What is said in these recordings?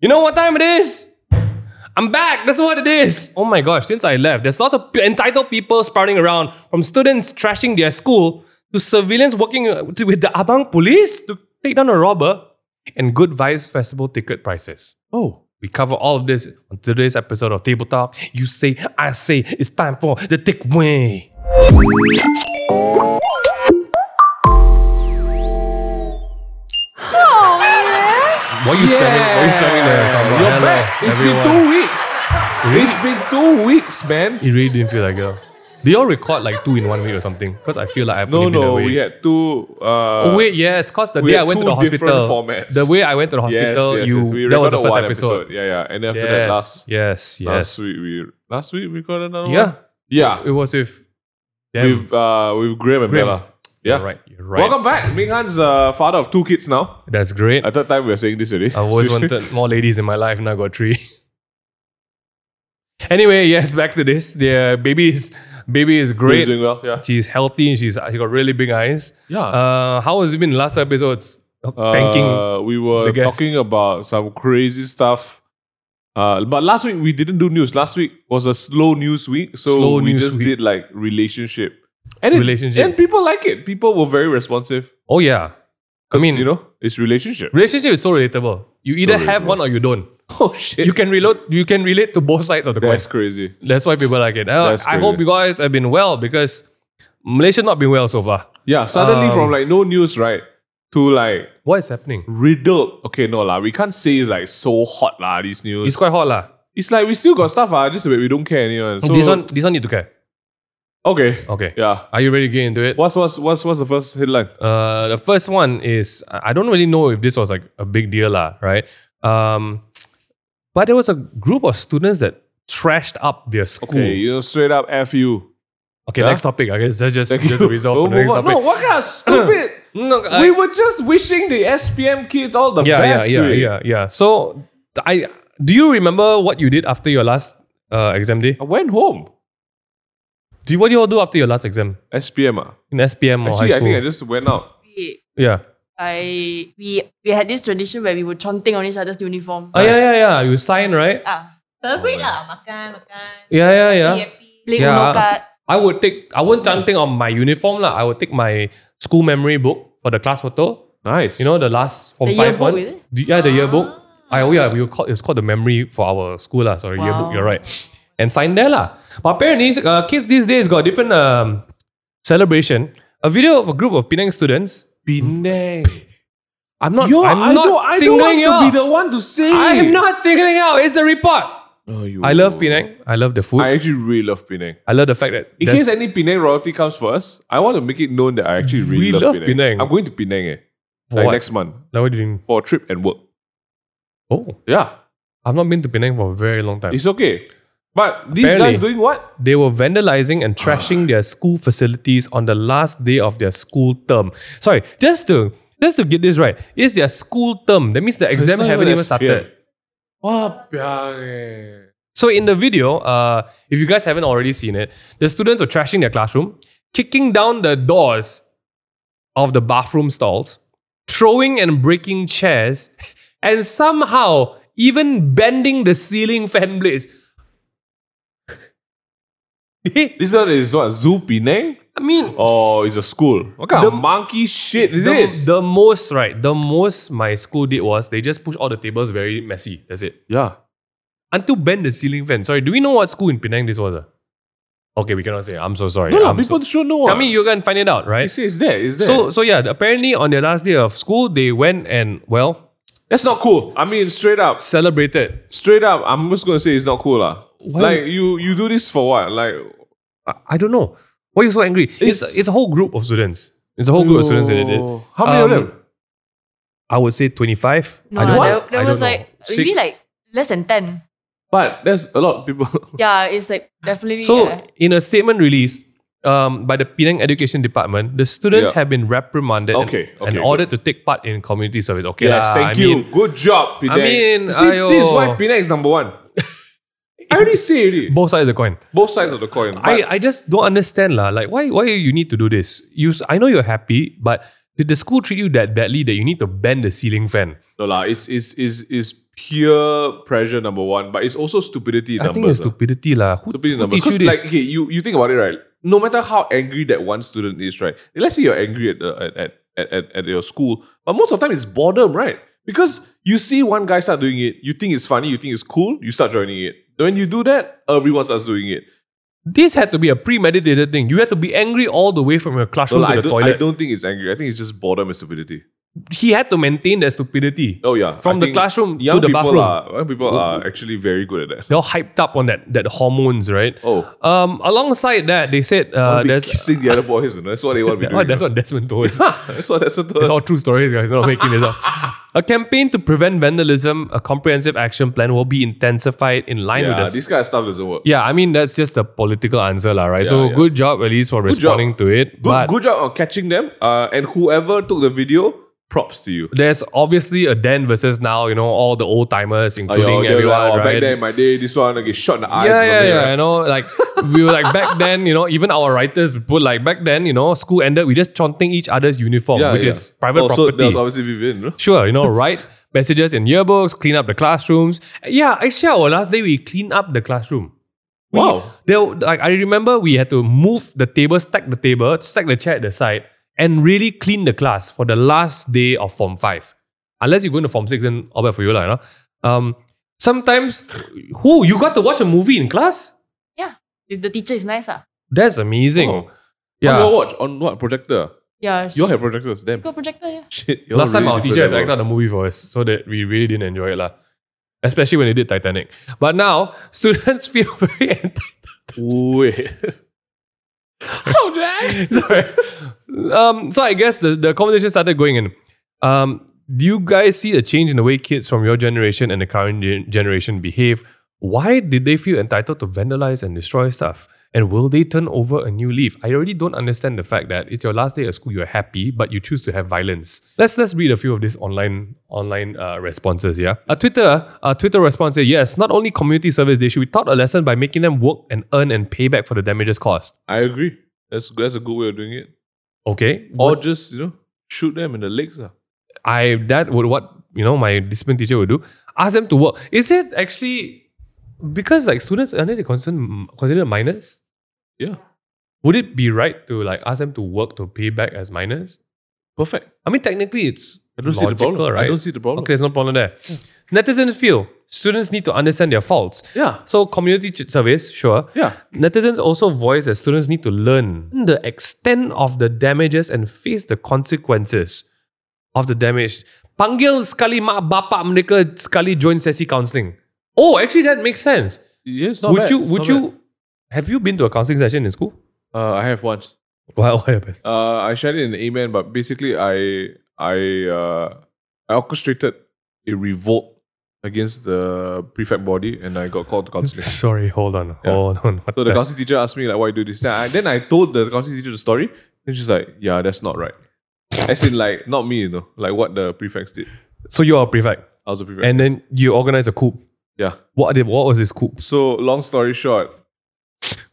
You know what time it is? I'm back. That's what it is. Oh my gosh, since I left, there's lots of pe- entitled people sprouting around from students trashing their school to civilians working uh, to- with the Abang police to take down a robber and good vibes festival ticket prices. Oh, we cover all of this on today's episode of Table Talk. You say, I say, it's time for the thick way. What are you spamming? What are you spamming there? Someone? You're Hello, back. It's everyone. been two weeks. It's been two weeks, man. It really didn't feel like it. Did y'all record like two in one week or something? Because I feel like I've No, only been no, away. we had two. Uh, Oh wait, yes, cause the we day had I went to two the different hospital, formats. the way I went to the yes, hospital, yes, you yes. We that was the recorded first one episode. Yeah, yeah. And after Yes, that, last yes, yes. last week we last week we got another Yeah, one. it was if. Yeah, Damn, with uh with Graham and Graham. Bella. Yeah, You're right, you're right. Welcome Uh, back, Ming Han's uh, father of two kids now. That's great. I thought time we were saying this already. I always wanted more ladies in my life, now I got three. anyway, yes, back to this. The uh, baby is baby is He's great. doing well. Yeah, She's healthy. She's she got really big eyes. yeah. Uh, how has it been last episodes? Thanking Uh, we were the guest. talking about some crazy stuff. Uh, but last week we didn't do news. Last week was a slow news week, so Slow we news just week. did like relationship. And it- Relationship. and people like it. People were very responsive. Oh yeah. I 'Cause, mean, you know, it's relationship. relationship is so relatable. You either have relatable. one or you don't. oh shit, You can relate. You can relate to both sides of the coin. that's crazy. That's why people like it. Uh, That's I crazy. hope you guys have been well because Malaysia not been well so far. Yeah, suddenly Um, from like no news, right, to like What is happening? riddled. Okay, no lah, we can't say it's like so hot lah. These news. It's quite hot lah. It's like we still got stuff, ah, just that we don't care anyone. So, Oh, this one, this one need to care. okay, Okay. yeah. Are you ready to get into it? What's what's what's what's the first headline? Uh, the first one is I I don't really know if this was like a big deal lah, right? Um, but there was a group of students that trashed up their school. Okay, you know, straight up f you. Okay, Yeah? next topic. I guess let's just Thank just you. resolve for Don't the next move on. topic. No, what kind of stupid? No, I- we were just wishing the SPM kids all the yeah, best. yeah, yeah, we. yeah, yeah. So th- I do you remember what you did after your last uh, exam day? I went home. Do you, what do you all do after your last exam SPM. Ah. in SPM or Oh, high Actually, I school? think I just went out. we, yeah. I we we had this tradition where we were chanting on each other's uniform. Oh yeah, yeah, yeah. You sign right? Ah, Celebrate lah, makan, makan. Yeah, yeah, yeah. Happy, happy. play Yeah. Uno card. I would take. I won't chanting on my uniform lah. I would take my school memory book for the class photo. Nice. You know the last from The five yearbook, one. is it? Ah. The- yeah, the yearbook. I oh yeah, we were called. It's called the memory for our school lah. Sorry, yearbook. Wow. You're right. And sign there lah. But apparently, uh, kids these days got a different um, celebration. A video of a group of Penang students. Penang. I'm not. Yo, I'm I not don't, I don't singling want you to out. be the one to say. I am not singling out. It's the report. Oh, you. I love Penang. I love the food. I, I actually really love Penang. love the fact that In there's- case any Penang royalty comes for us, I want to make it known that I actually really We love, love Penang. Penang. I'm going to Penang eh, For like what? next month Now what do you doing? for a trip and work. Oh, Yeah, I've not been to Penang for a very long time. it's okay. But these Apparently. guys doing what? They were vandalizing and trashing their school facilities on the last day of their school term. Sorry, just to just to get this right, it's their school term. That means the exam not haven't even even SPM. started. Wah, piang eh. So in the video, uh, if you guys haven't already seen it, the students were trashing their classroom, kicking down the doors of the bathroom stalls, throwing and breaking chairs, and somehow even bending the ceiling fan blades. I This one is what Zoo Penang mean, or is a school? What kind of The- monkey shit is the, this? the most right, the most my school did was they just pushed all the tables very messy. That's it. yeah, Until bend the ceiling fan. Sorry, do we know what school in Penang this was? ah? Okay, we cannot say. I'm so sorry. no lah. I'm so- People should know. I mean, you can find it out, right? it's, it's there. It's there. So, so So yeah. Apparently, on their last day of school, they went and well that's not cool. I mean, straight up, celebrated. straight up. I'm just gonna say it's not cool lah. Why- Like you, you do this for what? Like I, I don't know why you're so angry. It's, it's It's- a whole group of students. It's a whole group of students that did it. Yo. How many Um, of them? I would say twenty five. No, I don't there, know. there I was don't know. like maybe Six. like less than ten. But there's a lot of people. Yeah, it's like definitely. uh, So, yeah. in a statement released um, by the Penang Education Department, the students Yeah. have been reprimanded and- Okay, and okay, ordered to take part in community service. Okay, yes, lah, thank I you. mean, Good job, Penang. mean, You See, this is why aiyo. Penang is number one. I already say it. both sides of the coin. Both sides of the coin. But I, I just don't understand lah. Like why why you need to do this? You s- I know you're happy, but Did the school treat you that badly that you need to bend the ceiling fan? No lah, it's it's is is pure pressure number one, but it's also stupidity I think it's numbers. lah. stupidity lah. Who, Stupidity who numbers. teach you Because this? like okay, you, you think about it, right? No matter how angry that one student is, right? Let's say you're angry at the at, at, at, at, at your school, but most of the time it's boredom, right? Because you see one guy start doing it, you think it's funny, you think it's cool, you start joining it. When you do that, everyone starts doing it. this had to be a premeditated thing. You had to be angry all the way from your So classroom like, to I, the don't, I toilet. don't think it's angry. I think it's just boredom and stupidity. He had to maintain that stupidity. Oh yeah. From I the think classroom to young the people bathroom. Are, young people are actually very good at that. They're all hyped up on that that hormones, right? Oh. Um, alongside that, they said I'll uh, be there's kissing the other boys. You know? That's what they want to be oh, doing. that's what Desmond told us. that's what that's what It's all true stories, guys. Not making this up. A campaign to prevent vandalism, a comprehensive action plan will be intensified in line yeah, with this. this kind of stuff doesn't work. yeah, I mean that's just a political answer, lah, right? Yeah, so yeah. good job at least for job. responding to it. Good, but good job on catching them. Uh, and whoever took the video, props to you. there's obviously a then versus now, you know, all the old timers, Uh, you're- including you're everyone, like, oh, right? Back then in my day, this one like, get shot in the eyes. yeah, or yeah, something, yeah. right? You know, like we were like back then, you know, even our writers put like back then, you know, school ended, we just chaunting each other's uniform, Yeah, which yeah. is private oh, So property. there's obviously Vivian. No? sure, you know, write messages in yearbooks, clean up the classrooms. Yeah, actually, our last day we cleaned up the classroom. Wow. There, were- like I remember, we had to move the table, stack the table, stack the chair at the side, and really clean the class for the last day of Form Five. Unless you go into Form Six, then all bad for you, lah. You know? Um, sometimes, who you got to watch a movie in class? The, the teacher is nice, ah. That's amazing. Oh. Yeah. On your watch, on what projector? Yeah. She, You all have projectors, damn. got projector, yeah. Shit. you're Last time really our teacher had to different act out the movie for us, so that we really didn't enjoy it, lah. Especially when they did Titanic. But now students feel very entitled. level. Wait. How, Jack? Sorry. Um, so I guess the, the conversation started going in. Um, do you guys see a change in the way kids from your generation and the current gen- generation behave? Why did they feel entitled to vandalize and destroy stuff? And will they turn over a new leaf? I already don't understand the fact that it's your last day at school, you're happy, but you choose to have violence. Let's let's read a few of these online online uh, responses. Yeah, a Twitter a Twitter response said, "Yes, not only community service, they should be taught a lesson by making them work and earn and pay back for the damages caused." I agree. That's, that's a good way of doing it. Okay, Or just, you know, shoot them in the legs. ah. I that would what you know my discipline teacher would do. Ask them to work. Is it actually because like students are they considered considered minors? Yeah. Would it be right to like ask them to work to pay back as minors? Perfect. I mean, technically, it's I don't see the logical, problem. right? I don't see the problem. okay, there's no problem there. Netizens feel students need to understand their faults. Yeah. So community ch- surveys, sure. Yeah. Netizens also voice that students need to learn the extent of the damages and face the consequences of the damage. Panggil sekali mak bapak mereka sekali join sesi counselling. Oh, actually that makes sense. Yeah, it's not would bad. you It's would not you have you been to a counselling session in school? bad. Uh, I have once. Why what happened? Uh, I shared it in the amen, but basically, I I uh, I orchestrated a revolt against the prefect body, and I got called to counselling. so Sorry, hold on. Hold on. What the counselling teacher asked me like, "Why do this?" Then I, then I told the counselling teacher the story, and she's like, "Yeah, that's not right." As in, like, not me, you know, like what the prefects did. so you're a prefect. I was a prefect. And then you organize a coup. yeah. What did, what was this coup? So long story short,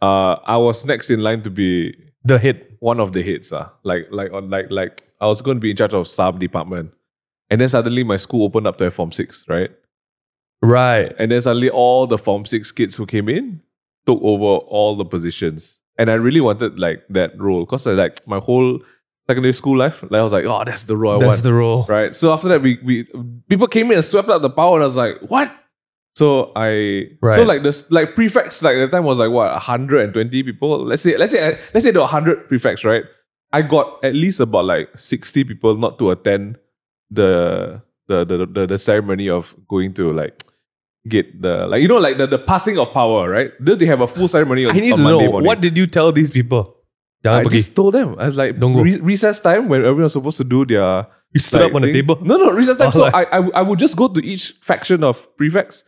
uh, I was next in line to be The hit. one of the hits, ah, like like on like like I was going to be in charge of sub department, and then suddenly my school opened up to have form six, right? Right. And then suddenly all the form six kids who came in took over all the positions, and I really wanted like that role because like my whole secondary school life, like I was like, oh, that's the role I That's want, the role. right? So after that, we we people came in and swept up the power, and I was like, what? So I so Right. like this like prefects like at the time was like what 120 people. Let's say let's say let's say there were 100 prefects, right? I got at least about like 60 people not to attend the the the the, the ceremony of going to like get the like you know like the, the passing of power, right? Then they have a full ceremony on, I need on to Monday know morning. what did you tell these people? I Jangan pergi. just told them. I was like, Don't go. re- recess time when everyone's supposed to do their you stood like, up on the thing. table. No, no, recess time. Oh, so like- I, I, would- I would just go to each faction of prefects,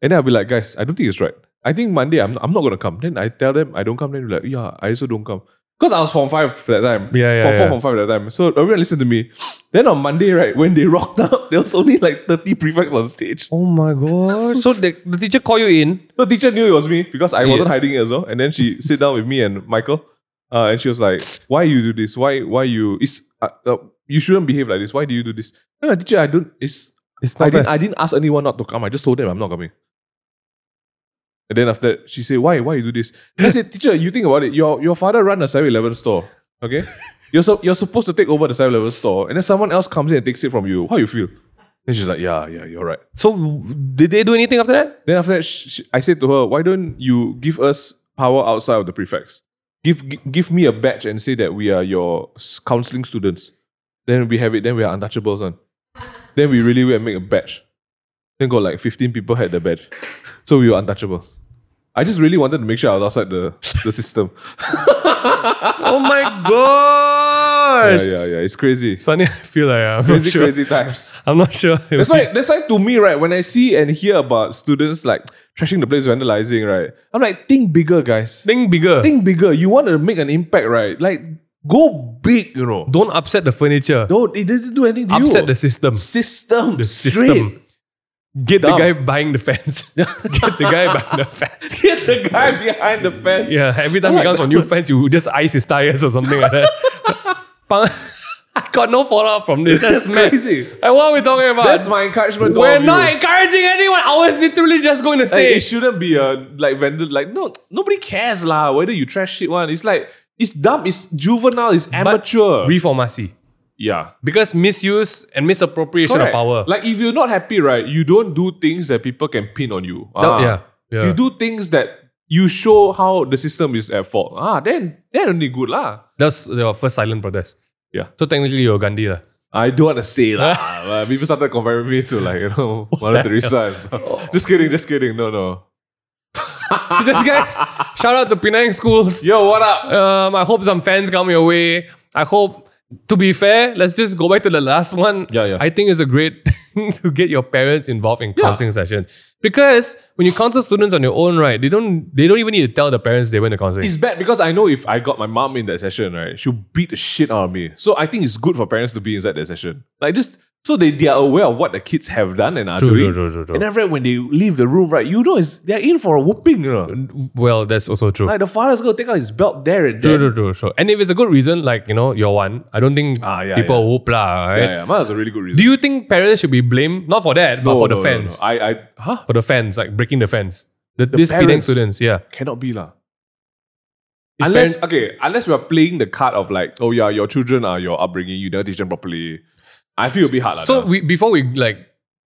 and then I'll be like, guys, I don't think it's right. I think Monday I'm, I'm not gonna come. Then I tell them I don't come. Then they're like, yeah, I also don't come. Because I was form five that time. Yeah, yeah, Form four, yeah. form five that time. So everyone listened to me. Then on Monday, right, when they rocked up, there was only like 30 prefects on stage. Oh my god. so the, the teacher call you in. The teacher knew it was me because I wasn't hiding it as well. And then she sit down with me and Michael. Uh, and she was like, "Why you do this? Why why you?" It's uh, uh, you shouldn't behave like this. Why do you do this? No, no, teacher, I don't. It's It's I not didn't. fair. I didn't ask anyone not to come. I just told them I'm not coming. And then after that, she said, "Why? Why you do this?" I said, "Teacher, you think about it. Your your father run a 7-Eleven store. Okay, you're so, you're supposed to take over the 7-Eleven store, and then someone else comes in and takes it from you. How you feel?" Then she's like, "Yeah, yeah, you're right." So did they do anything after that? Then after that, sh sh I said to her, "Why don't you give us power outside of the prefects? Give gi- give me a badge and say that we are your s- counseling students. Then we have it. Then we are untouchables. On. Then we really will make a badge. Then got like fifteen people had the badge, so we were untouchables. I just really wanted to make sure I was outside the the system. Oh my gosh. Yeah, yeah, yeah. It's crazy. Suddenly I feel like I'm not Crazy, sure. crazy times. I'm not sure. That's why, that's why to me, right, when I see and hear about students like trashing the place, vandalizing, right, I'm like, think bigger, guys. Think bigger. think bigger. You want to make an impact, right? Like go big, you know. Don't upset the furniture. Don't it doesn't do anything to you. upset the system. system. The straight. system. Get Dumb. the guy buying the fence. Get the guy buying the Oh fence. Get the guy behind the fence. Yeah, every time he I'm like, comes on new fence, you just ice his tires or something like that. Pang- I got no follow up from this. That's, That's mad. crazy. And what are we talking about? That's my encouragement. To all We're of you. not encouraging anyone. I was literally just going to Like, say. it shouldn't be a like vendor. Like no, nobody cares lah. Whether you trash shit one, it's like it's dumb. It's juvenile. It's amateur. Reformacy. yeah, Because misuse and misappropriation Correct. of power. Like if you're not happy, right, you don't do things that people can pin on you. Ah. yeah, yeah. You do things that you show how the system is at fault. Ah, then then only good lah. That's your first silent protest. Yeah. So technically you're Gandhi. lah. I don't want to say lah. but people started comparing me to like you know Mother Teresa. and stuff. Just kidding, just kidding. No, no. so just guys, shout out to Penang schools. Yo, what up? Um, I hope some fans come your way. I hope, to be fair, let's just go back to the last one. Yeah, yeah. I think it's a great thing to get your parents involved in Yeah. counseling sessions because when you counsel students on your own, right? They don't. They don't even need to tell the parents they went to counseling. It's bad because I know if I got my mom in that session, right, she'll beat the shit out of me. So I think it's good for parents to be inside that session. Like just so they, they are aware of what the kids have done and are True, doing. true, true, true, true. And then right when they leave the room, right, you know it's, they're in for a whooping, you know. well, that's also true. Like the father's gonna take out his belt there and True, then. true, true, true. And if it's a good reason, like, you know, you're one, I don't think Ah, yeah, people yeah. whoop lah, right? Yeah, yeah, mine was a really good reason. Do you think parents should be blamed? Not for that, but No, for the no, no, no. fans. I, I, huh? For the fans, like breaking the fans. The, these Penang parents. students, yeah. Cannot be lah. His unless parent- okay, unless we are playing the card of like, oh yeah, your children are your upbringing, you never teach them properly. I feel it'll be hard. lah. so now. we, before we like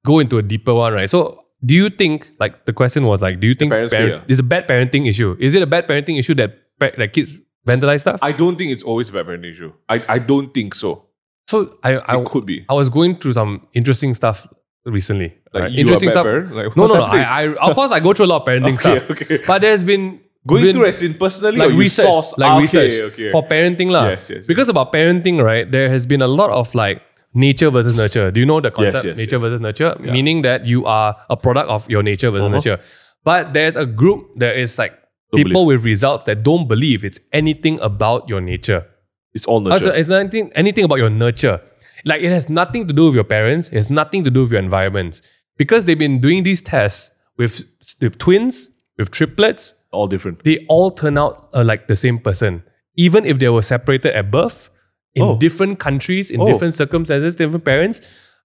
go into a deeper one, right? So do you think like the question was like, do you think parents parent, play, yeah. it's a bad parenting issue? Is it a bad parenting issue that pa- that kids vandalize stuff? I don't think it's always a bad parenting issue. I, I don't think so. so I I, It could be. I was going through some interesting stuff recently. Like right? you interesting are a bad stuff. parent? Like, no, what's no, no. happening? I, I of course I go through a lot of parenting Okay, stuff. okay. But there's been Going been, through as in personally like or you research, source like Ah, okay, research okay. for parenting lah. Yes, yes, yes. Because about parenting, right? There has been a lot of like nature versus nurture. Do you know the concept yes, nature versus nurture? Meaning that you are a product of your nature versus nurture. But there's a group that is like Uh-huh. Don't people with results that don't believe it's anything about your nature. it's all Also, nurture. Oh, it's nothing anything about your nurture. Like it has nothing to do with your parents. It has nothing to do with your environment. Because they've been doing these tests with, with twins, with triplets, all different. they all turn out uh, like the same person, even if they were separated at birth, in Oh. different countries, in Oh. different circumstances, different parents.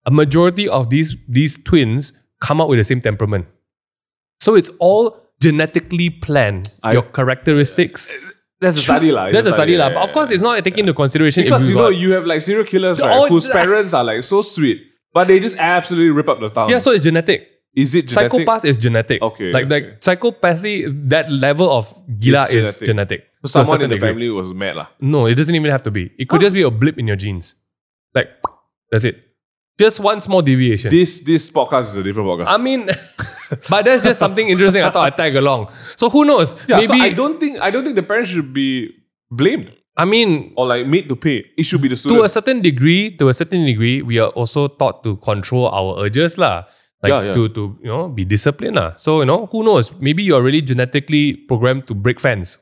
A majority of these these twins come out with the same temperament, so it's all genetically planned. I- your characteristics. That's a study lah. It's That's a study, lah. yeah, But of yeah, course, yeah. it's not taken into consideration because if you you know got- you have like serial killers right, all- whose parents are like so sweet, but they just absolutely rip up the town. yeah. So it's genetic. is it genetic? Psychopath is genetic. Okay, Like okay. like psychopathy is that level of gila It's is genetic. genetic. So to a Someone certain in the degree. family was mad lah. No, it doesn't even have to be. It could just be a blip in your genes. Like, that's it. Just one small deviation. This this podcast is a different podcast. I mean, but that's just something interesting. I thought I'd tag along. So who knows? yeah, Maybe, so I don't think I don't think the parents should be blamed I mean, or like made to pay. It should be the to a students. certain degree, to a certain degree, we are also taught to control our urges lah. Like Yeah, yeah. to to you know be disciplined lah. So you know who knows? Maybe you are really genetically programmed to break fans.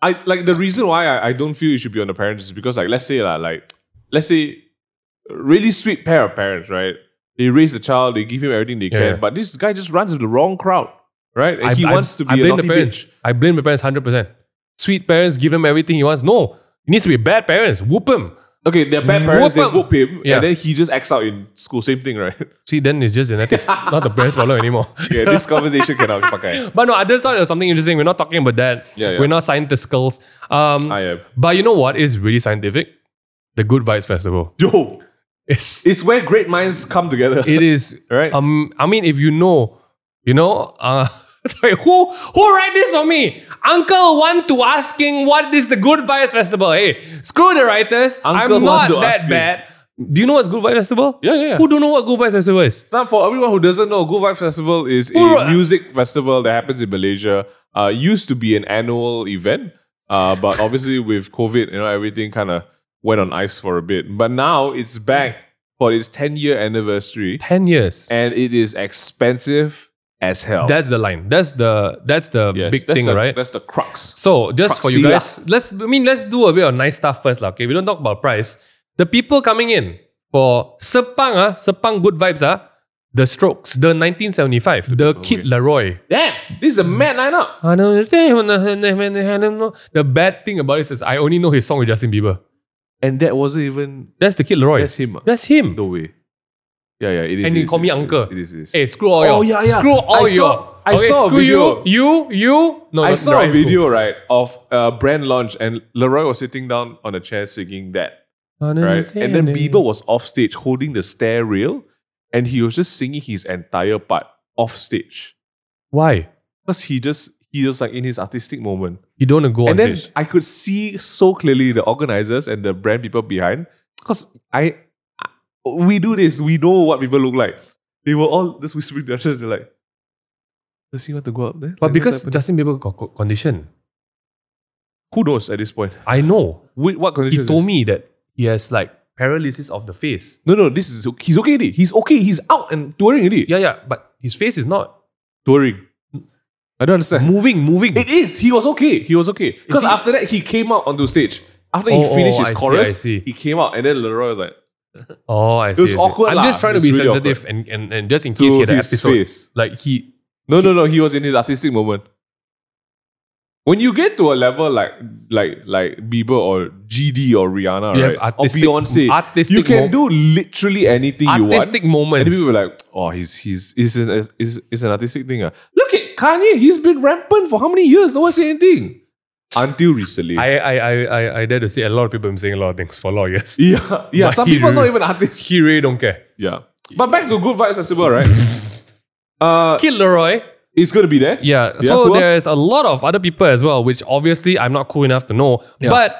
I like the reason why I, I don't feel it should be on the parents is because like let's say lah, like let's say a really sweet pair of parents, right? They raise the child, they give him everything they Yeah. can, but this guy just runs with the wrong crowd, right? And he wants to be a blame naughty the parents. bitch. I blame the parents hundred percent. Sweet parents give him everything he wants. No, it needs to be bad parents. Whoop him. Okay, their bad parents, they Whoop up. whoop him, Yeah. and then he just acts out in school. Same thing, right? See, then it's just genetics, not the parents' problem anymore. Yeah, this conversation cannot pakai. But no, I just thought it was something interesting. We're not talking about that. Yeah, yeah. We're not scientificals. Um, I am. But you know what is really scientific? The Good Vibes Festival. Yo, It's, it's where great minds come together. it is. Right. Um, I mean, if you know, you know. Uh, sorry, who who write this for me? Uncle want to asking what is the Good Vibes Festival? Hey, screw the writers. I'm Uncle want not to that asking. bad. Do you know what's Good Vibes Festival? Yeah, yeah, yeah. Who don't know what Good Vibes Festival is? Now, for everyone who doesn't know, Good Vibes Festival is Who a wrote- music festival that happens in Malaysia. Uh, used to be an annual event, uh, but obviously with COVID, you know, everything kind of went on ice for a bit. But now it's back for its 10 year anniversary, 10 years. and it is expensive as hell. That's the line. That's the that's the Yes, big that's thing, the- right? That's the crux. So just for you Proxy guys, let's I mean let's do a bit of nice stuff first, lah. Okay, we don't talk about price. The people coming in for Sepang, ah, Sepang good vibes, ah, the Strokes, the 1975, the Kid Laroi. Damn, this is a mad lineup. I don't understand when I- when I- when I- I don't know. The bad thing about it is I only know his song with Justin Bieber. And that wasn't even That's the Kid Laroi. that's him. ah. That's him. No way. Yeah, yeah, it is. And it you is, call it me is, it uncle. is, It is. It is. Hey, screw all y'all. Oh, yeah, yeah. Screw all I y'all. saw- I saw a screw video. You, you, you. No, I no, saw Ryan's cool. a video right of uh, brand launch and Leroy was sitting down on a chair singing that right, and then Bieber was off stage holding the stair rail, and he was just singing his entire part off stage Why? because he just he was like in his artistic moment, You don't want to go on and then stage. I could see so clearly the organizers and the brand people behind because I, I- we do this we know what people look like. They were all just whispering to each other. They're like, "Does he want to go up there?" But Like, what's because happening?" Justin Bieber got co- condition, who knows at this point? I know. Wh- What He conditions? told me that he has like paralysis of the face. No, no, this is he's okay. Already. He's okay. He's out and touring already. Yeah, yeah, but his face is not touring. I don't understand. moving, moving. It is. He was okay. He was okay. Because Hmm. he- after that, he came out onto stage. After Oh, he finished oh, his I see, chorus, I see. he came out and then Leroy was like oh, I see. I see. was awkward I'm lah. just trying to It's be really sensitive and, and, and just in to case he had an his episode. face. Like he, No, no, no. He was in his artistic moment. When you get to a level like like like Bieber or GD or Rihanna, You right? have artistic- or Beyonce, artistic you can mo- do literally anything you want. artistic And moments. people were like, oh, he's he's is an is is an artistic thing. ah." Look at Kanye, he's been rampant for how many years? No one said anything. Until recently. I, I, I, I, I dare to say a lot of people have been saying a lot of things for a lot of years. yeah, yeah. But Some he people are not really- even artists. He really don't care. Yeah. But back to Good Vibes Festival, right? uh Kid Leroy, it's gonna be there. Yeah. who so else? there's a lot of other people as well, which obviously I'm not cool enough to know. But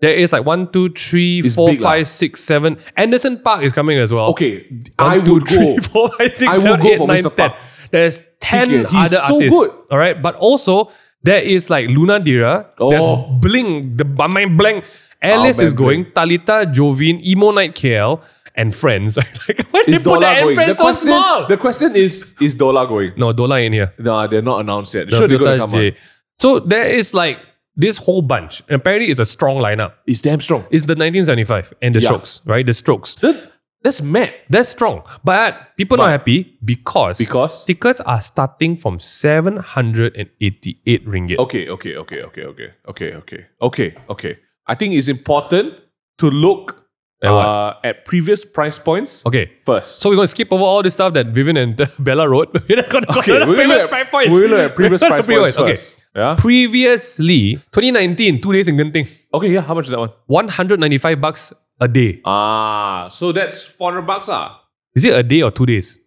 there is like one, two, three, It's four, big lah. five, six, seven. Anderson Park is coming as well. Okay. One, I two, would three, go. four, five, six, I will seven, go eight, for nine, Mr. ten. Park. There's ten He can- he's other so artists. good. All right. But also there is like Luna Dira. Oh. There's Bling, the Bamai Blank. Alice man, is going, Talita, Jovin, Emo Night KL, and Friends. like, why they Is put Dola that and going? The Friends so question, small? the question is, is Dola going? no, Dola in here. No, they're not announced yet. The Sure, they're gonna filter come J. out. So there is like this whole bunch. And apparently, it's a strong lineup. It's damn strong. It's the 1975 and the Yeah. Strokes, right? The Strokes. That- That's mad. That's strong, but people not happy because Because? tickets are starting from 788 ringgit. Okay, okay, okay, okay, okay, okay, okay, okay, okay. I think it's important to look At what? uh, at previous price points Okay. first. So we're going to skip over all this stuff that Vivian and Bella wrote. we're not going to okay, go to we previous look price at, points. we look at previous We're gonna price previous- points first. Yeah. Previously, 2019, two days in Genting, Okay. Yeah. How much is that one? 195 bucks a day. Ah, so that's four hundred bucks. Ah, Is it a day or two days?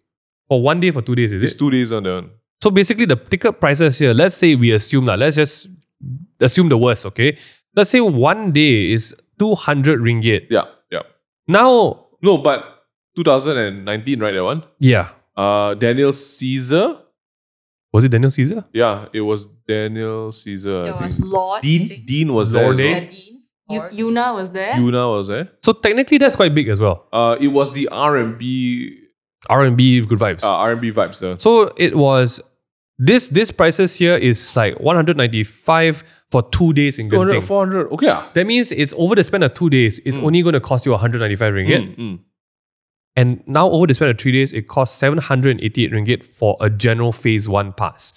Or one day for two days, is it's it? two days on the one. So basically, the ticket prices here, let's say we assume that, let's just assume the worst, okay? Let's say one day is 200 ringgit. Yeah. Yeah. Now, No, but 2019, right? That one. yeah. Uh, Daniel Caesar. Was it Daniel Caesar? Yeah, it was Daniel Caesar. I There think. was Lord. I Dean. think. Dean was there. Lorde. as Yeah, Dean. You, Lord. Yuna was there. well. Yuna was there. So technically, that's quite big as well. Uh, it was the R and B R&B, good vibes. uh, R and B vibes there. So it was, this this prices here is like 195 for two days in 200, Genting. 400. Okay. Yeah. That means it's over the span of two days, it's only going to cost you 195 ringgit. Mm, mm. hmm. And now over the span of three days, it costs 788 ringgit for a general phase one pass.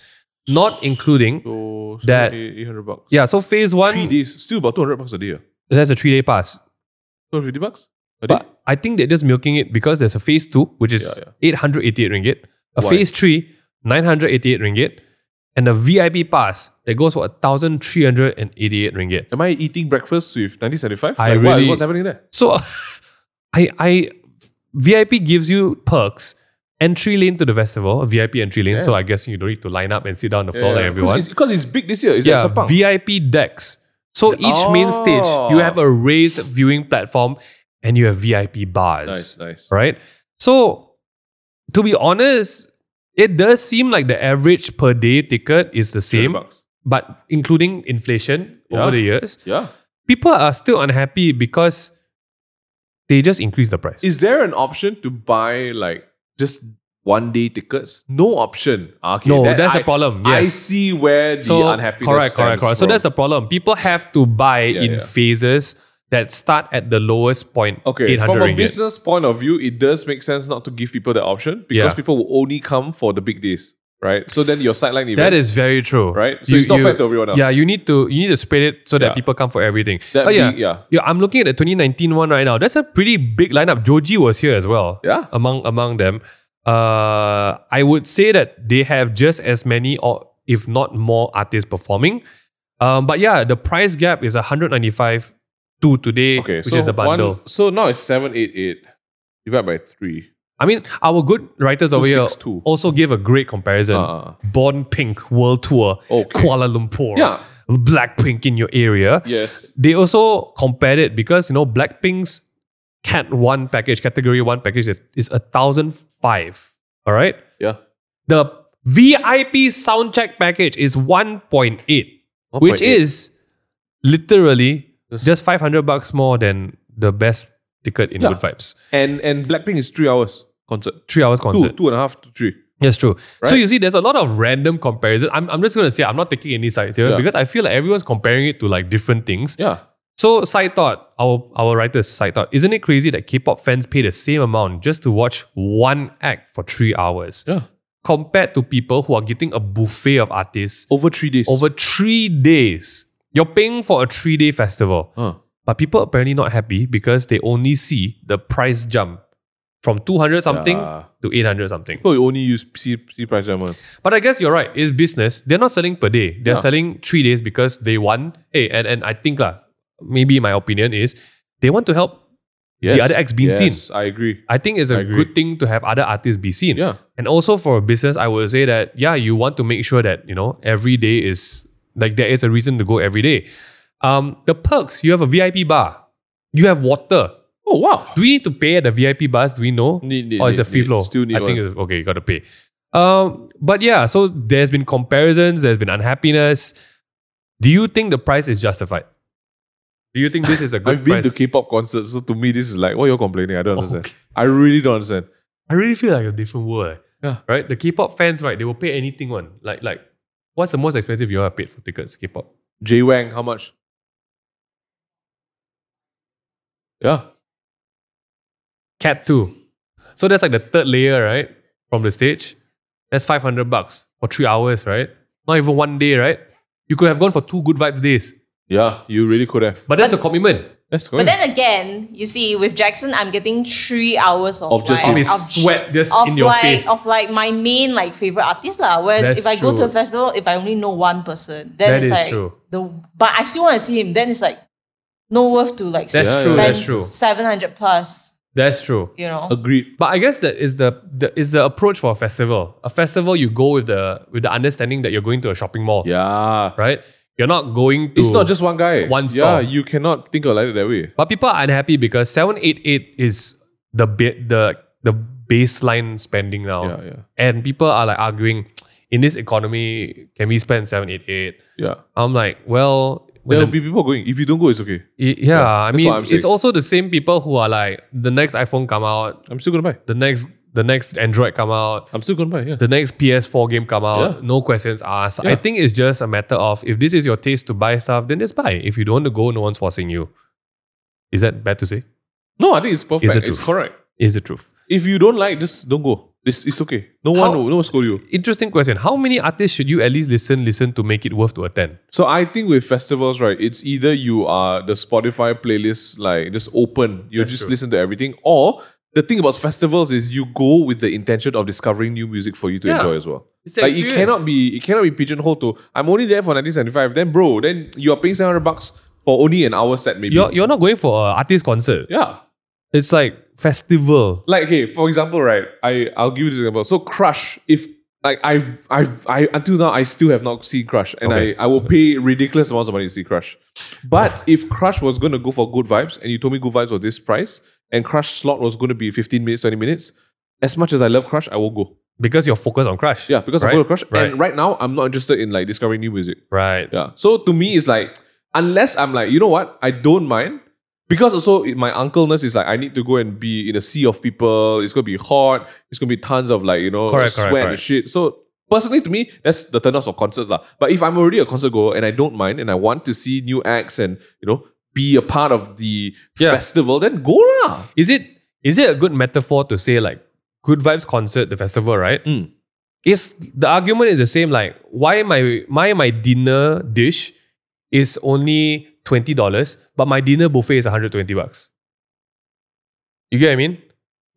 Not including So, so That- eight- 800 bucks. yeah, so phase one Three days. Still about 200 bucks a day. ah. that's a three day pass. 250 bucks? A day? But I think they're just milking it because there's a phase two, which is Yeah, 888 ringgit, a Why? phase three, 988 ringgit, and a VIP pass that goes for 1,388 ringgit. Am I eating breakfast with 1975? I like, what- really- what's happening there? So I I VIP gives you perks. Entry lane to the festival, a VIP entry lane. So I guess you don't need to line up and sit down on the floor like everyone. Because it's, big this year. It's yeah, like Sepang. Oh. VIP decks. So each main stage, you have a raised viewing platform and you have VIP bars. nice, nice. Right? So, to be honest, it does seem like the average per day ticket is the 200 same, bucks. but including inflation Yeah. over the years, Yeah. people are still unhappy because they just increase the price. Is there an option to buy like just one day tickets? No option. Ah, Okay, no, that- that's a I- problem. I Yes. see where the so unhappiness correct, correct, stems correct. So from. that's the problem. People have to buy Yeah, in yeah. phases that start at the lowest point. Okay, 800 from a ringgit. business point of view, it does make sense not to give people that option because Yeah. people will only come for the big days, right? So then your sideline events. That is very true. Right? So it's not fair to everyone else. Yeah, you need to you need to spread it so that Yeah. people come for everything. That But yeah, big- yeah. I'm looking at the 2019 one right now. That's a pretty big lineup. Joji was here as well. Yeah. Among among them. Uh I would say that they have just as many or if not more artists performing. Um, but yeah, the price gap is 195 to today, okay, which so is the bundle. One, so now it's seven eight eight divided by three. I mean, our good writers over here 262. also gave a great comparison. Ah. Born Pink World Tour, Oh, Okay. Kuala Lumpur, Yeah. Blackpink in your area. Yes. They also compared it because you know Blackpink's Cat One package, Category One package is, is a thousand five. All right, Yeah. the VIP soundcheck package is one point eight, which 1.8. is literally Just- just five hundred bucks more than the best ticket in Yeah. Good Vibes. And and Blackpink is three hours concert. Three hours concert. Two, two and a half to three. That's true. So Right? you see, there's a lot of random comparison. I'm, I'm just gonna say I'm not taking any sides here Yeah. because I feel like everyone's comparing it to like different things. Yeah. So side thought, our our writers side thought, isn't it crazy that K-pop fans pay the same amount just to watch one act for three hours Yeah. compared to people who are getting a buffet of artists Over three days. over three days? You're paying for a three day festival, Huh. but people are apparently not happy because they only see the price jump from two hundred something Yeah. to eight hundred something. People will only use C, C price diamond. But I guess you're right. It's business. They're not selling per day. They're Yeah. selling three days because they want. Hey, and, and I think lah, maybe my opinion is they want to help the other acts being seen. Yes, I agree. I think it's I a agree. good thing to have other artists be seen. Yeah. And also for a business, I would say that yeah, you want to make sure that you know every day is like there is a reason to go every day. Um, the perks you have a VIP bar, you have water. Oh wow. Do we need to pay at the VIP bars? Do we know? Need- need- or Oh, it's need- a free need. flow? Still need I think one. it's okay, you gotta pay. Um, but yeah, so there's been comparisons, there's been unhappiness. Do you think the price is justified? Do you think this is a good I've been price? to K-pop concerts, so to me this is like, what you're complaining? I don't understand. I really don't understand. I really feel like a different world. eh. Yeah. Right? The K-pop fans, right, they will pay anything one. Like, like, what's the most expensive you have paid for tickets, K-pop? J Wang, how much? Yeah. Cat 2. So that's like the third layer, right? From the stage. That's 500 bucks for three hours, right? Not even one day, right? You could have gone for two good vibes days. Yeah, you really could have. But that's a commitment. Let's go. But then again, you see, with Jackson, I'm getting three hours of, Of just like, his sweat just in your like, face. of like my main like favorite artist lah. Whereas That's if I go true. to a festival, if I only know one person, then That it's is like true. the but I still want to see him. Then it's like no worth to like That's true, that's true. Seven hundred plus, That's true. you know. Agreed. But I guess that is the, the is the approach for a festival. A festival you go with the with the understanding that you're going to a shopping mall. Yeah. Right? You're not going to It's not just one guy. One Yeah, store. you cannot think of it that way. But people are unhappy because 788 is the ba- the the baseline spending now. Yeah, yeah. And people are like arguing, in this economy, can we spend 788? Yeah. I'm like, well, when There'll the- be people going. If you don't go, it's okay. y- yeah, I that's mean, what I'm it's saying. also the same people who are like, the next iPhone come out, I'm still gonna buy. the next the next Android come out, I'm still gonna buy, yeah. the next PS4 game come out, Yeah. no questions asked. I Yeah. think it's just a matter of if this is your taste to buy stuff, then just buy. If you don't want to go, no one's forcing you. Is that bad to say? No, I think it's perfect. It's the It's truth. correct. Is the truth. If you don't like, just don't go. It's, it's okay. No How- one will, no one will scold you. Interesting question. How many artists should you at least listen listen to make it worth to attend? So I think with festivals, right, it's either you are the Spotify playlist like just open, you just listen to everything, or the thing about festivals is you go with the intention of discovering new music for you to Yeah. enjoy as well. It's the Like it experience. cannot be it cannot be pigeonholed to I'm only there for 1975. Then bro, then you are paying 700 bucks for only an hour set maybe. You're you're not going for an artist concert. yeah. It's like festival. Like okay, for example, right, I I'll give you this example. So Crush, if like I've I've I until now I still have not seen Crush, and Okay. I I will pay ridiculous amounts of money to see Crush. But if Crush was going to go for good vibes, and you told me good vibes was this price, and Crush slot was going to be fifteen minutes, twenty minutes, as much as I love Crush, I will go. Because you're focused on Crush. Yeah, because right? I follow Crush, Right. and right now I'm not interested in like discovering new music. right. Yeah. So to me, it's like unless I'm like, you know what, I don't mind. Because also it- my uncleness is like I need to go and be in a sea of people. It's gonna be hot. It's gonna be tons of like you know Correct, correct, sweat and correct. shit. So personally, to me, that's the turn offs of concerts lah. But if I'm already a concert goer and I don't mind and I want to see new acts and you know be a part of the Yeah. festival, then go lah. Is it is it a good metaphor to say like good vibes concert, the festival, right? Mm. Is the argument is the same, like why my my my dinner dish is only twenty dollars, but my dinner buffet is 120 bucks. You get what I mean?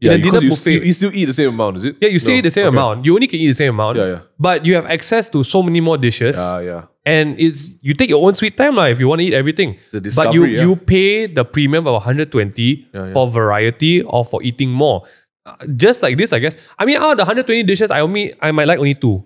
In a dinner because you, buffet. still, you still eat the same amount, is it? Yeah, you see No. the same Okay. amount. You only can eat the same amount. Yeah, yeah. But you have access to so many more dishes. Yeah, yeah. and it's you take your own sweet time lah if you want to eat everything. but you The discovery, yeah. you pay the premium of 120 Yeah, yeah. for variety or for eating more. Uh, Just like this, I guess. I mean, out of the 120 dishes, I only I might like only two.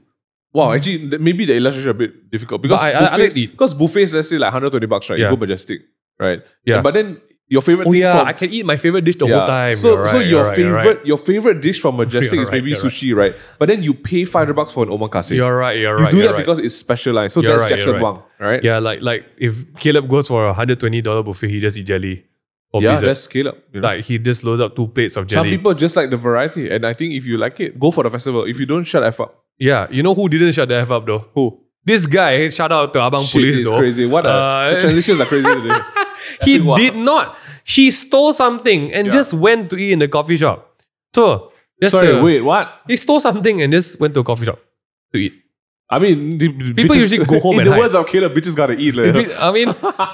Wow, actually, th- maybe the illustration a bit difficult because I- I- I like buffets, the- because buffets, let's say like 120 bucks, right? Yeah. You go majestic, right? Yeah. And- but then your favorite Oh thing yeah, from, I can eat my favorite dish the yeah. whole time. So, You're so right, your you're right, you're favorite your favorite dish from majestic You're is right, maybe you're right. sushi, right. But then you pay five hundred bucks for an omakase. You're right. You're you right. do you're that right. because it's specialized. So You're that's right, you're Jackson right. Wang, right? yeah, like like if Caleb goes for a 120 dollar buffet, he just eat jelly or yeah. pizza. Let's scale up. you know. like he just loads up two plates of Some jelly. people just like the variety, and I think if you like it, go for the festival. If you don't, shut f up. yeah, you know who didn't shut the f up though? Who? This guy, shout out to Abang Shit Police is though. crazy. What a, Uh, the transitions are crazy today. he Wow. did not. He stole something and Yeah. just went to eat in the coffee shop. So just Sorry, to- wait, what? He stole something and just went to a coffee shop to eat. I mean, the, the People bitches- usually go home In and the hide. words of Caleb, bitches gotta eat. Like, I mean,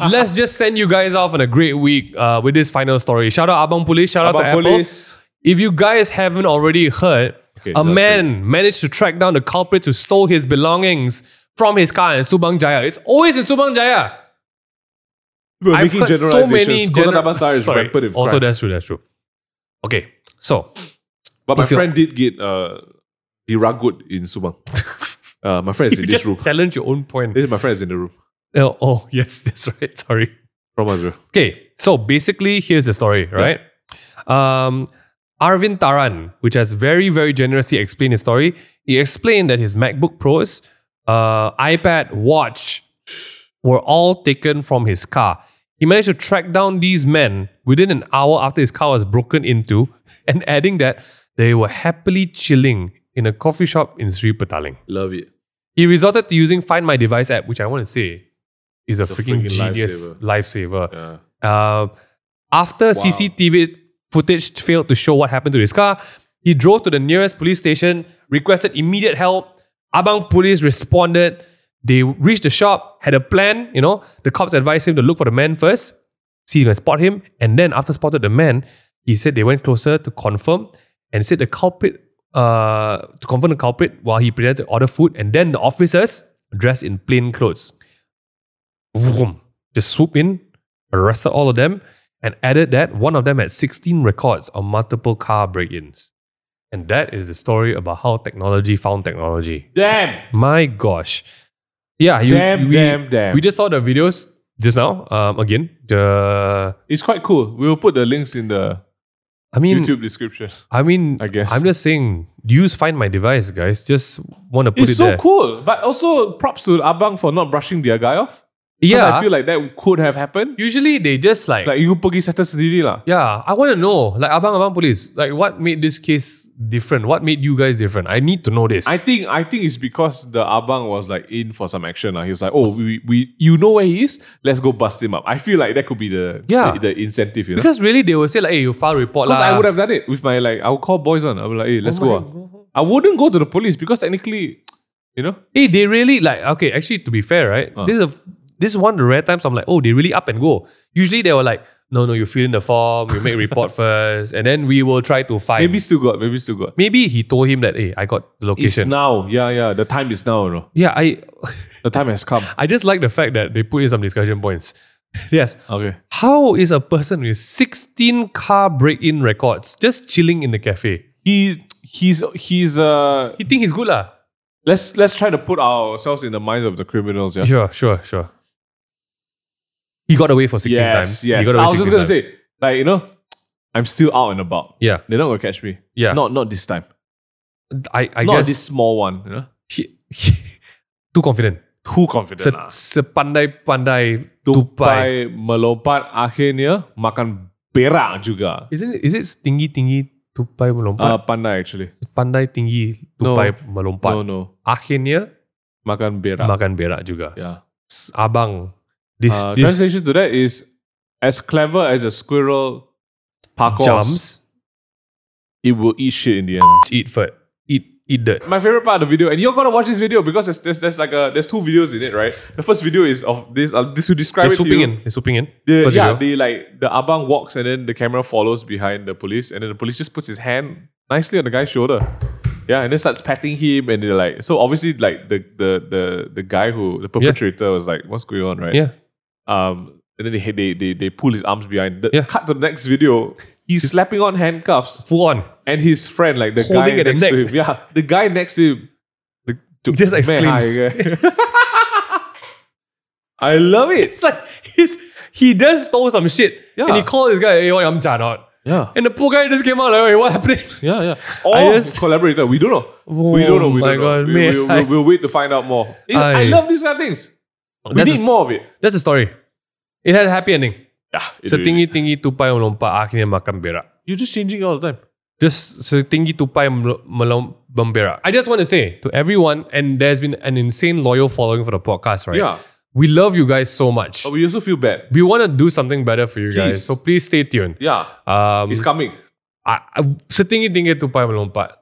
let's just send you guys off on a great week uh, with this final story. Shout out Abang Police. Shout out Abang to Apple. Police. If you guys haven't already heard, Okay, a sounds man managed to track down the culprit who stole his belongings from his car in Subang Jaya. It's always in Subang Jaya. We're I've making heard so many. generalizations. gener- Kota Damansara is Sorry. rampant with Also, crime. that's true. That's true. Okay, so But my if you're- friend did get uh, the ragut in Subang. uh, my friend is you in this just room. challenge your own point. This is my friend is in the room. Oh, oh, yes, that's right. Sorry. From Azra. Okay, so basically, here's the story, right? Um, Arvind Taran, which has very, very generously explained his story, he explained that his MacBook Pros, uh, iPad, watch were all taken from his car. He managed to track down these men within an hour after his car was broken into, and adding that they were happily chilling in a coffee shop in Sri Petaling. Love it. He resorted to using Find My Device app, which I want to say is a a freaking, freaking genius lifesaver. Yeah. Uh, after CCTV footage failed to show what happened to his car, he drove to the nearest police station, requested immediate help. Abang police responded. They reached the shop, had a plan. You know, the cops advised him to look for the man first, see if they can spot him, and then after spotted the man, he said they went closer to confirm and said the culprit uh, to confirm the culprit while he pretended to order food, and then the officers dressed in plain clothes vroom, just swoop in, arrested all of them, and added that one of them had 16 records on multiple car break ins. And that is the story about how technology found technology. Damn. My gosh. Yeah, you, Damn, we, damn, damn. we just saw the videos just now. Um, again, the It's quite cool. We will put the links in the I mean, YouTube description. I mean, I guess. I'm just saying, use Find My Device, guys. Just want to put It's it so there. cool. But also props to Abang for not brushing their guy off. 'Cause Yeah, I feel like that could have happened. usually they just like Like you pergi settle sendiri lah. Yeah, I want to know, like abang abang police, like what made this case different? What made you guys different? I need to know this. I think I think it's because the Abang was like in for some action. lah. He was like, oh, we, we you know where he is. Let's go bust him up. I feel like that could be the Yeah. the, the incentive. You know? because really, they will say like, "Hey, you file report Because lah." I would have done it with my like, I would call boys on. I would like, hey, let's go. ah. I wouldn't go to the police because technically, you know, Hey, they really like okay. Actually, to be fair, right? Uh. This is a, this is one of the rare times I'm like, oh, they really up and go. Usually they were like, no, no, you fill in the form, you make report first, and then we will try to find. maybe still got, maybe still got. maybe he told him that hey, I got the It's location. now, yeah, yeah. The time is now, you know. yeah, I The time has come. I just like the fact that they put in some discussion points. yes. Okay. How is a person with 16 car break-in records just chilling in the cafe? He's he's he's uh. He think he's good lah. Let's let's try to put ourselves in the minds of the criminals. Yeah. Sure, sure, sure. He got away for 16 Yes. times. He Yes. got away I was just 16 gonna times. say, like you know, I'm still out and about. Yeah, They're not gonna catch me. yeah. Not not this time. I, I not guess this small one. You know. he- he- too confident. Too confident. ah. Se, lah. sepandai pandai tupai. Tupai melompat akhirnya makan berak juga. Isn't it, is it tinggi tinggi tupai Uh, melompat? pandai actually. pandai tinggi tupai melompat. No no. Akhirnya Makan berak. makan berak juga. yeah. S- Abang, this, Uh, this translation to that is as clever as a squirrel parkour, jumps, it will eat shit in the end. eat food, eat eat dirt. My favorite part of the video, and you're gonna watch this video because there's there's, there's like a there's two videos in it, right? The first video is of this. Uh, this to describe They're it to swooping you. in. They're swooping in. The- First yeah, video. they like the abang walks and then the camera follows behind the police, and then the police just puts his hand nicely on the guy's shoulder. Yeah, and then starts patting him, and they're like, so obviously like the the the the guy who the perpetrator was like, what's going on, right? yeah. Um, and then they they they, they pull his arms behind. The, Yeah. Cut to the next video. He's slapping on handcuffs, Full on. and his friend, like the Holding at guy the next to neck. him, yeah, the guy next to him, the, to, Just Man, exclaims. I- I love it. It's like he's he just stole some shit. Yeah. And he called this guy, hey, what I'm out. Yeah, And the poor guy just came out like, hey, what happening? yeah, yeah. I Or just- collaborator. We don't know. we Oh don't know. We my don't God, know. man, We, will I- we'll, we'll wait to find out more. It- I, I- love these kind of things. We That's need a- more of it. That's the story. It had a happy ending. Yeah, it really- Setinggi tinggi tupai melompat akhirnya makan berak. You're just changing it all the time. Just setinggi tupai mel- melom- memberak. I just want to say to everyone, and there's been an insane loyal following for the podcast, right? Yeah, We love you guys so much. but we also feel bad. we want to do something better for you guys. Please. So please stay tuned. Yeah, Um, it's coming. I- I- setinggi-tinggi tupai melompat,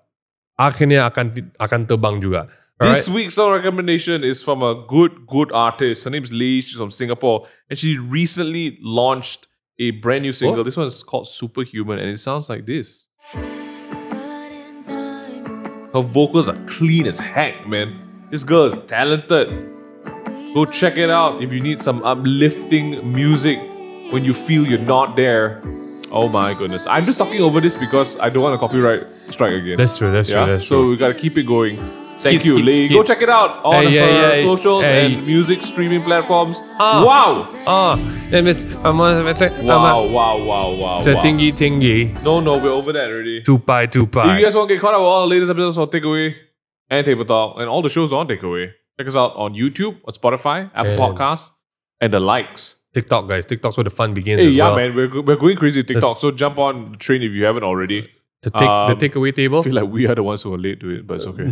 akhirnya akan ti- akan terbang juga. This Alright? week's song recommendation is from a good, good artist. Her name's Lee. She's from Singapore, and she recently launched a brand new single. This one's called Superhuman, and it sounds like this. Her vocals are clean as heck, man. This girl is talented. Go check it out if you need some uplifting music when you feel you're not there. Oh my goodness. I'm just talking over this because I don't want a copyright strike again. That's true, that's true, that's So we gotta keep it going. Skip, Thank you, skip, Lee. skip. Go check it out on Hey, her yeah, yeah, socials hey. and music streaming platforms. Ah. Wow! Ah, then miss, I'm on, Wow, wow, wow, wow, wow. setinggi tinggi No, no, we're over that already. tupai If you tupai. guys want to get caught up with all the latest episodes on Takeaway and Table Talk and all the shows on Takeaway, check us out on YouTube, on Spotify, Apple And- Podcasts, and the likes. TikTok guys, TikTok's where the fun begins as Hey, yeah, well. man, we're, go- we're going crazy with TikTok, so jump on the train if you haven't already. The, take, the Um, takeaway table. I feel like we are the ones who are late to it, but it's okay.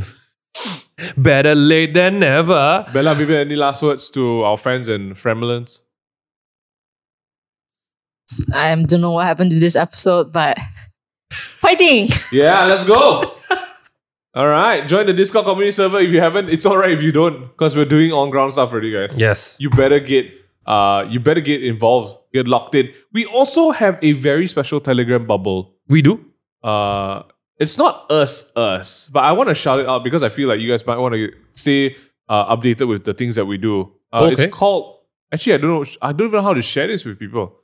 Better late than never. Bella, Vivian, any last words to our friends and Fremlins? I don't know what happened to this episode, but fighting. Yeah, let's go. all right, join the Discord community server if you haven't. It's all right if you don't, because we're doing on ground stuff already, guys. Yes. you better get uh you better get involved get locked in we also have a very special telegram bubble We do. uh it's not us us but i want to shout it out because i feel like you guys might want to stay uh, updated with the things that we do uh, Okay. it's called actually i don't know i don't even know how to share this with people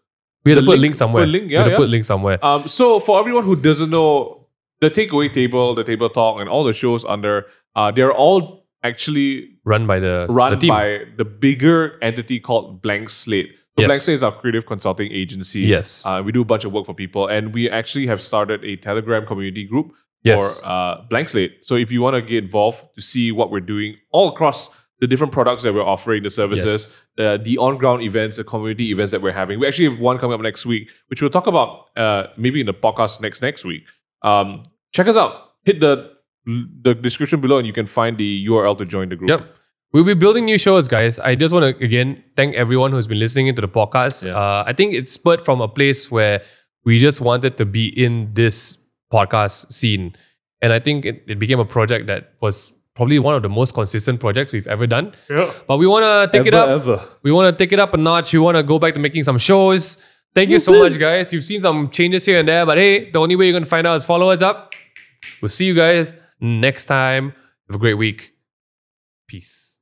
We have The to put link- a link somewhere. put a link, we yeah, have to yeah. put a link somewhere. um, so for everyone who doesn't know, the takeaway table, the table talk, and all the shows under, uh, they're all actually Run by the the run team. by the bigger entity called Blank Slate. So Yes. Blank Slate is our creative consulting agency. Yes. Uh, we do a bunch of work for people, and we actually have started a Telegram community group Yes. for uh, Blank Slate. So if you want to get involved to see what we're doing all across the different products that we're offering, the services, uh, the on ground events, the community events that we're having. We actually have one coming up next week, which we'll talk about uh, maybe in the podcast next next week. Um, check us out. Hit the the description below, and you can find the URL to join the group. Yep. We'll be building new shows, guys. I just want to again thank everyone who's been listening into the podcast. Yeah. Uh, I think it's spurred from a place where we just wanted to be in this podcast scene And I think it, it became a project that was probably one of the most consistent projects we've ever done. Yeah. But we want to take it Ever, up. ever. We want to take it up a notch. We want to go back to making some shows. Thank you so much, guys. You've seen some changes here and there, but hey, the only way you're going to find out is follow us up. We'll see you guys next time. Have a great week. Peace.